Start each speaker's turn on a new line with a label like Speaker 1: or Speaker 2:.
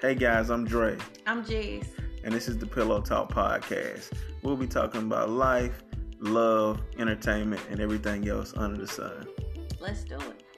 Speaker 1: Hey guys, I'm Dre,
Speaker 2: I'm Jess.
Speaker 1: and this is the Pillow Talk Podcast. We'll be talking about life, love, entertainment, and everything else under the sun.
Speaker 2: Let's do it.